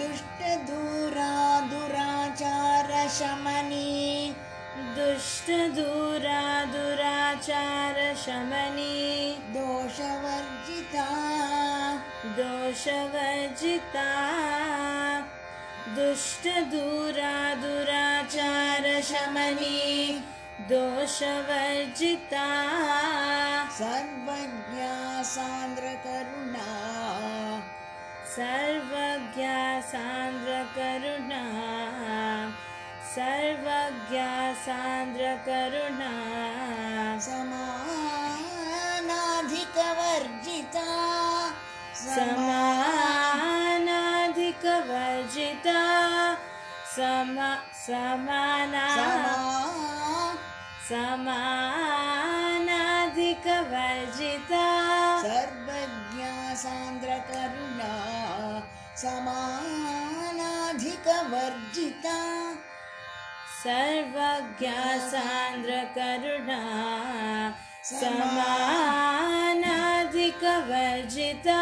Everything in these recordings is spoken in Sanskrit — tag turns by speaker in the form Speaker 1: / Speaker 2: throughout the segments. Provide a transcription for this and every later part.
Speaker 1: दुष्टदूरा दुराचारशमनी
Speaker 2: दुष्टदूरा दुराचारशमनी
Speaker 1: दोषवर्जिता
Speaker 2: दोषवर्जिता दुष्टदूरा दुराचारशमनी दोषवर्जिता
Speaker 1: सर्वज्ञा सान्द्रकरुणा
Speaker 2: सर्वज्ञा सान्द्रकरुणा सर्वज्ञा सान्द्रकरुणा
Speaker 1: समानाधिकवर्जिता
Speaker 2: समानाधिकवर्जिता समा समाना
Speaker 1: समा
Speaker 2: समानाधिकवर्जिता
Speaker 1: सर्वज्ञा सान्द्रकरुणा समानाधिकवर्जिता
Speaker 2: सर्वज्ञा सान्द्रकरुणा समानाधिकवर्जिता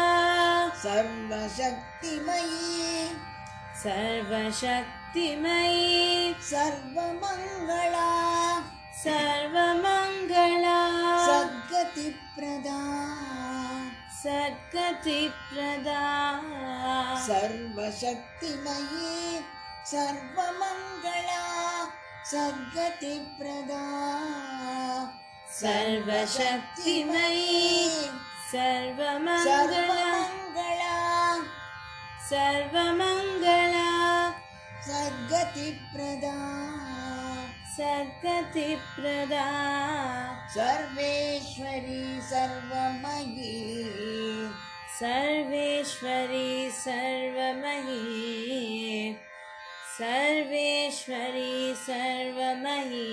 Speaker 1: सर्वशक्तिमयी
Speaker 2: सर्वशक्तिमयी
Speaker 1: सर्वमङ्गला
Speaker 2: सर्वमङ्गला
Speaker 1: सद्गतिप्रदा
Speaker 2: सद्गतिप्रदा
Speaker 1: सर्वशक्तिमयी सर्वमङ्गला सद्गतिप्रदा
Speaker 2: सर्वशक्तिमयी सर्वमङ्गला
Speaker 1: सर्वमङ्गला
Speaker 2: सर्वमङ्गला
Speaker 1: सद्गतिप्रदा
Speaker 2: सद्गतिप्रदा
Speaker 1: सर्वेश्वरी सर्वमयी
Speaker 2: सर्वेश्वरी सर्वमयी सर्वेश्वरी सर्वमयी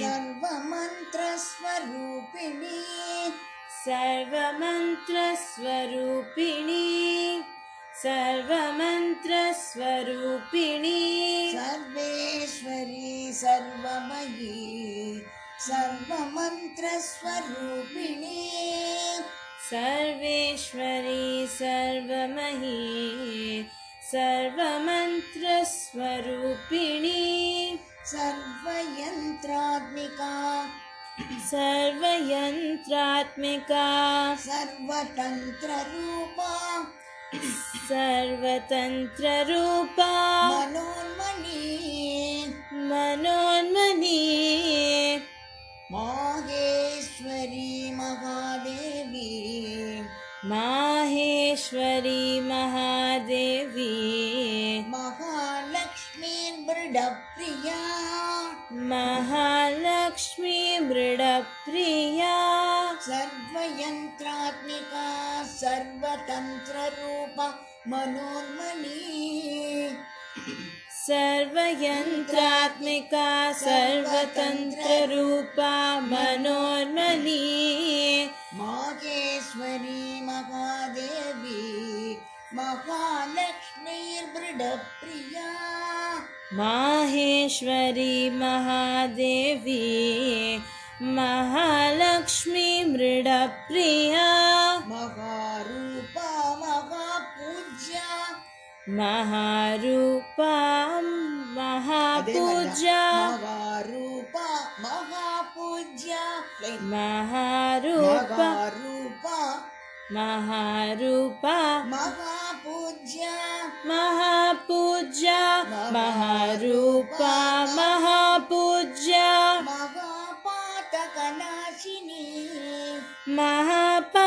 Speaker 1: सर्वमन्त्रस्वरूपिणी
Speaker 2: सर्वमन्त्रस्वरूपिणी सर्वमन्त्रस्वरूपिणी
Speaker 1: सर्वेश्वरी सर्वमयी सर्वमन्त्रस्वरूपिणी
Speaker 2: सर्वेश्वरी सर्वमयी सर्वमन्त्रस्वरूपिणी
Speaker 1: सर्वयन्त्रात्मिका
Speaker 2: सर्वयन्त्रात्मिका
Speaker 1: सर्वतन्त्ररूपा
Speaker 2: सर्वतन्त्ररूपा
Speaker 1: मनोन्मणी
Speaker 2: मनोन्मनी
Speaker 1: माहेश्वरी महादेवी
Speaker 2: माहेश्वरी महादेवी
Speaker 1: महालक्ष्मीर्मृडप्रिया
Speaker 2: महालक्ष्मी मृडप्रिया
Speaker 1: सर्वयन्त्रात्मिका सर्वतन्त्ररूप मनोन्मणी
Speaker 2: सर्वयन्त्रात्मिका सर्वतन्त्ररूपा मनोन्मनी
Speaker 1: माहेश्वरी महादेवी महालक्ष्मीर्मृडप्रिया
Speaker 2: माहेश्वरी महादेवी महालक्ष्मी मृडप्रिया
Speaker 1: महारूपा महापूज्या
Speaker 2: महारूपा महापूजा
Speaker 1: महारूपा महापूज्या
Speaker 2: महारूपा
Speaker 1: महारूपा
Speaker 2: महारूपा
Speaker 1: महापूज्या
Speaker 2: महापूजा महारूपा महापूजा
Speaker 1: महापातकनाशिनी
Speaker 2: महापातकनाशिनी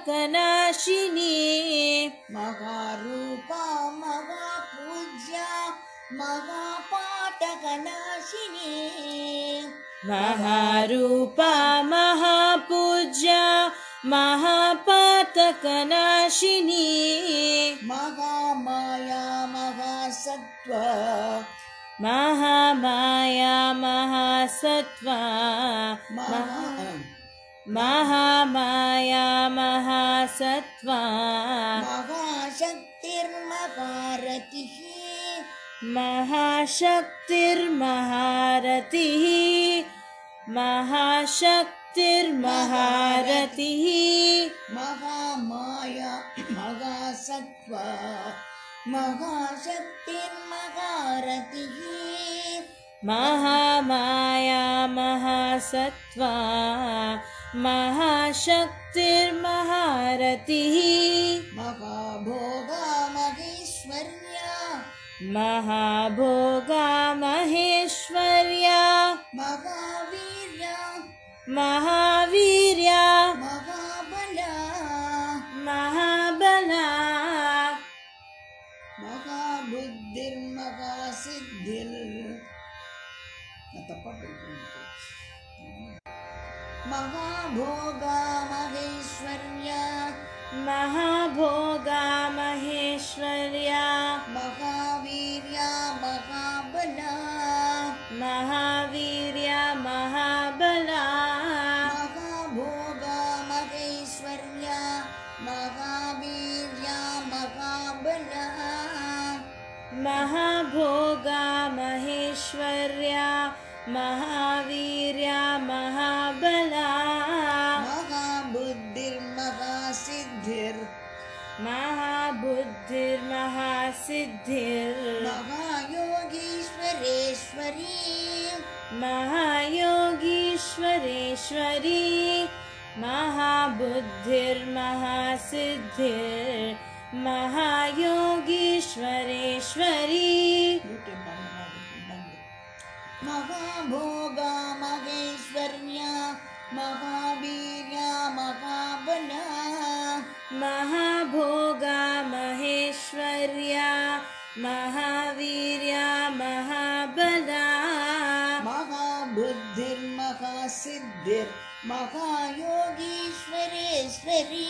Speaker 2: महापातकनाशिनी
Speaker 1: महारूपा महापूज्या महापातकनाशिनी
Speaker 2: महारूपा महापूजा महापातकनाशिनी
Speaker 1: महामाया महासत्त्व
Speaker 2: महामाया महासत्त्वा
Speaker 1: महा
Speaker 2: महामाया महासत्त्वा
Speaker 1: महाशक्तिर्महारतिः
Speaker 2: महाशक्तिर्महारतिः महाशक्तिर्महारथिः
Speaker 1: महामाया महासत्त्वा महाशक्तिर्महारथिः
Speaker 2: महामाया महासत्त्वा महाशक्तिर्महारथिः
Speaker 1: महाभोगा महेश्वर्या
Speaker 2: महाभोगा महेश्वर्या
Speaker 1: महावीर्या
Speaker 2: महावीर्या
Speaker 1: महाबला
Speaker 2: महाबला
Speaker 1: महाबुद्धिर्महासिद्धिर् நான் தப்பா படிக்கிறேன் மகாபோகா மகேஸ்வர்யா
Speaker 2: महाभोगा महेश्वर्या
Speaker 1: மகாவீர்யா மகாபலா
Speaker 2: महावीर्या महाबला
Speaker 1: மகாபோகா மகேஸ்வர்யா மகாவீர்யா மகாபலா
Speaker 2: महाभोगा महेश्वर्या महावीर्या महाबला
Speaker 1: மகாபுத்திர்மகாசித்திர்
Speaker 2: महाबुद्धिर्महासिद्धिर्
Speaker 1: மகாயோகீஸ்வரேஸ்வரி
Speaker 2: महायोगीश्वरेश्वरी महायोगीश्वरेश्वरी
Speaker 1: யூடியூப் பண்ணமா இருக்கு மகாபோகா மகேஸ்வர்யா மகாவீர்யா மகாபலா
Speaker 2: महाभोगा महेश्वर्या महावीर्या महाबला
Speaker 1: மகாபுத்திர் மகாசித்திர் மகாயோகீஸ்வரேஸ்வரி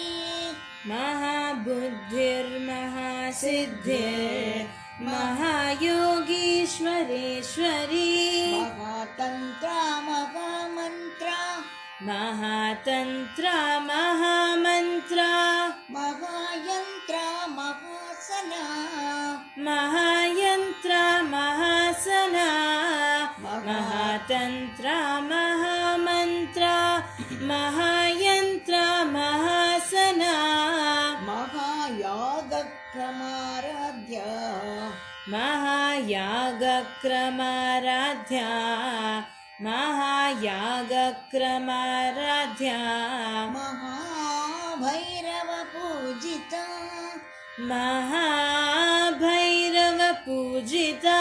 Speaker 2: महाबुद्धिर्महासिद्धिर् महायोगीश्वरेश्वरी
Speaker 1: மகாதந்திரா மகாமந்திரா
Speaker 2: महातन्त्रा महामन्त्रा
Speaker 1: மகாயந்திரா மகாசனா
Speaker 2: महायन्त्रा महासना महातन्त्रा महामन्त्रा महायन्त्रा महासना
Speaker 1: மகாயாகக்ரமாராத்யா
Speaker 2: महायागक्रमाराध्या महायागक्रमाराध्या
Speaker 1: மகாபைரவ
Speaker 2: महाभैरवपूजिता
Speaker 1: பூஜிதா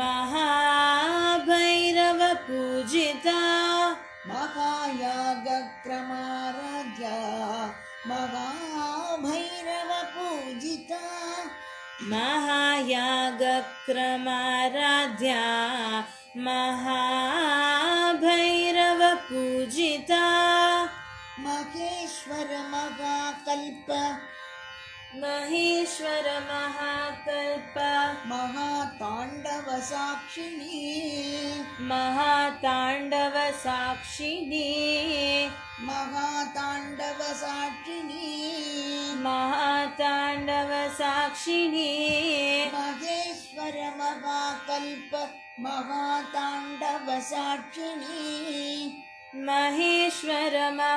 Speaker 2: महाभैरवपूजिता
Speaker 1: மகாயாகக்ரமாராத்யா மகாபைரவ பூஜிதா
Speaker 2: महायागक्रमाराध्या महाभैरवपूजिता
Speaker 1: மகேஸ்வர மகாகல்ப
Speaker 2: महेश्वर महाकल्प
Speaker 1: மகாதாண்டவ சாட்சிணி
Speaker 2: महाताण्डवसाक्षिणे
Speaker 1: மகாதாண்டவ சாட்சிணி
Speaker 2: महाताण्डवसाक्षिणे
Speaker 1: மகேஸ்வர மகாகல்ப மகாதாண்டவ சாட்சிணி
Speaker 2: महेश्वर मह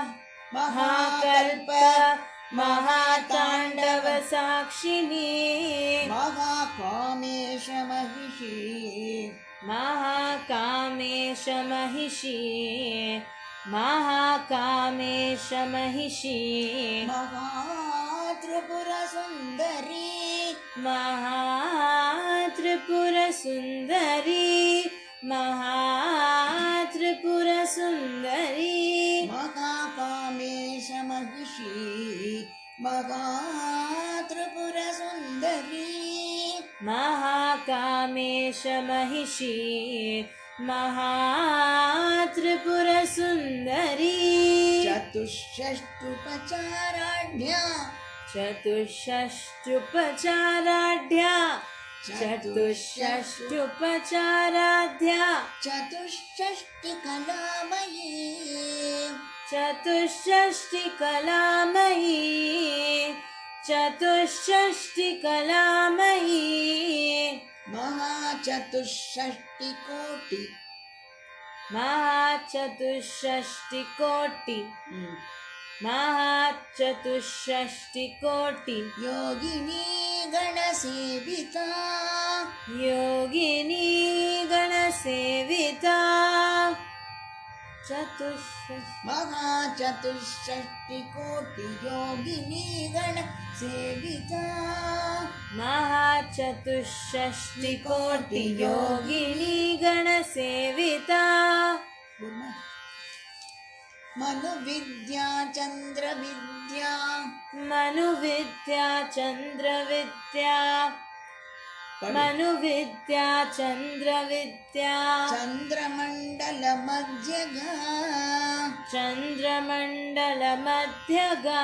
Speaker 2: महाकल्प
Speaker 1: महाकल्प
Speaker 2: महाताण्डव साक्षिणी
Speaker 1: महाकामेश महिषी
Speaker 2: महाकामेश महिषी महाकामेश महिषी
Speaker 1: महात्रिपुरसुन्दरी
Speaker 2: महात्रिपुरसुन्दरी महात्रिपुरसुन्दरी
Speaker 1: महाकामेश महिषी महात्रिपुरसुन्दरी
Speaker 2: महाकामेश महिषी महात्रिपुरसुन्दरी
Speaker 1: चतुष्षष्टुपचाराढ्या
Speaker 2: चतुष्षष्टुपचाराढ्या चतुष्षष्टुपचाराध्या
Speaker 1: चतुष्षष्टिकलामयी
Speaker 2: चतुष्षष्टिकलामयी चतुष्षष्टिकलामयी
Speaker 1: महाचतुष्षष्टिकोटि
Speaker 2: महाचतुष्षष्टिकोटि
Speaker 1: हम्म।
Speaker 2: महाचतुष्षष्टिकोटि
Speaker 1: योगिनी गणसेविता
Speaker 2: योगिनी गणसेविता चतुष्षष्टि
Speaker 1: महाचतुष्षष्टिकोटियोगिनी गणसेविता
Speaker 2: महाचतुष्षष्टिकोटियोगिनी गणसेविता
Speaker 1: पुनः मनुविद्या चन्द्रविद्या
Speaker 2: मनुविद्या चन्द्रविद्या मनुविद्या चन्द्रविद्या
Speaker 1: चन्द्रमण्डलमध्यगा
Speaker 2: चन्द्रमण्डलमध्यगा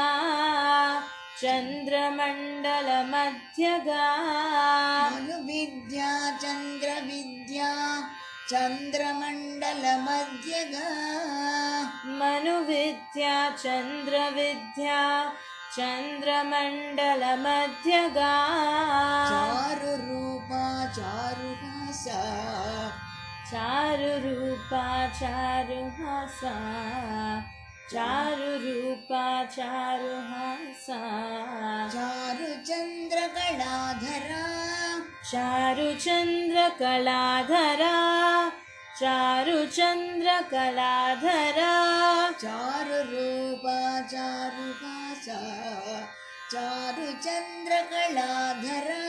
Speaker 2: चन्द्रमण्डलमध्यगा
Speaker 1: मनुविद्या
Speaker 2: मनुविद्या
Speaker 1: चन्द्रविद्या चन्द्रमण्डलमध्यगा
Speaker 2: चन्द्रविद्या चन्द्रमण्डलमध्यगा
Speaker 1: चारुरूपा चारुहासा
Speaker 2: चारुरूपा चारुहासा चारुरूपा चारुहासा
Speaker 1: चारुचन्द्रकलाधरा
Speaker 2: चारुचन्द्रकलाधरा चारुचन्द्रकलाधरा
Speaker 1: चारुरूपा चारुहासा चारुचन्द्रकलाधरा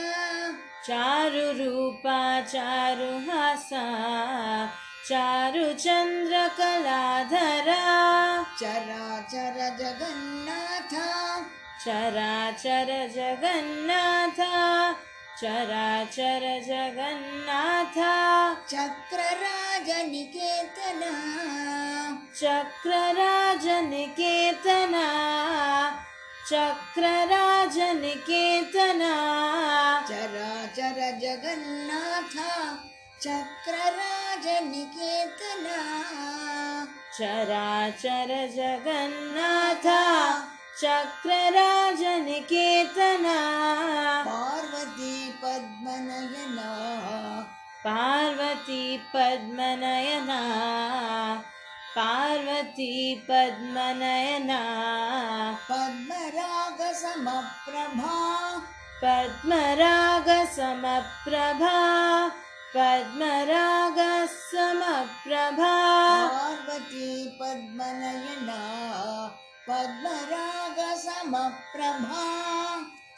Speaker 2: चारुरूपा चारुहासा चारुचन्द्रकलाधरा
Speaker 1: चराचर जगन्नाथा
Speaker 2: चराचर जगन्नाथ चराचर जगन्नाथ
Speaker 1: चक्रराजनिकेतना
Speaker 2: चक्रराजनिकेतना चक्रराजनिकेतना
Speaker 1: चराचर जगन्नाथा चक्रराजनिकेतना
Speaker 2: चराचर जगन्नाथ चक्रराजनिकेतना
Speaker 1: पार्वती पद्मनयना
Speaker 2: पार्वती पद्मनयना पार्वती पद्मनयना
Speaker 1: पद्मरागसमप्रभा
Speaker 2: पद्मरागसमप्रभा पद्मरागसमप्रभा
Speaker 1: पार्वती पद्मनयना पद्मरागसमप्रभा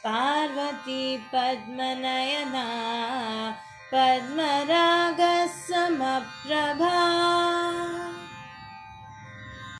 Speaker 2: पार्वती पद्मनयना पद्मरागसमप्रभा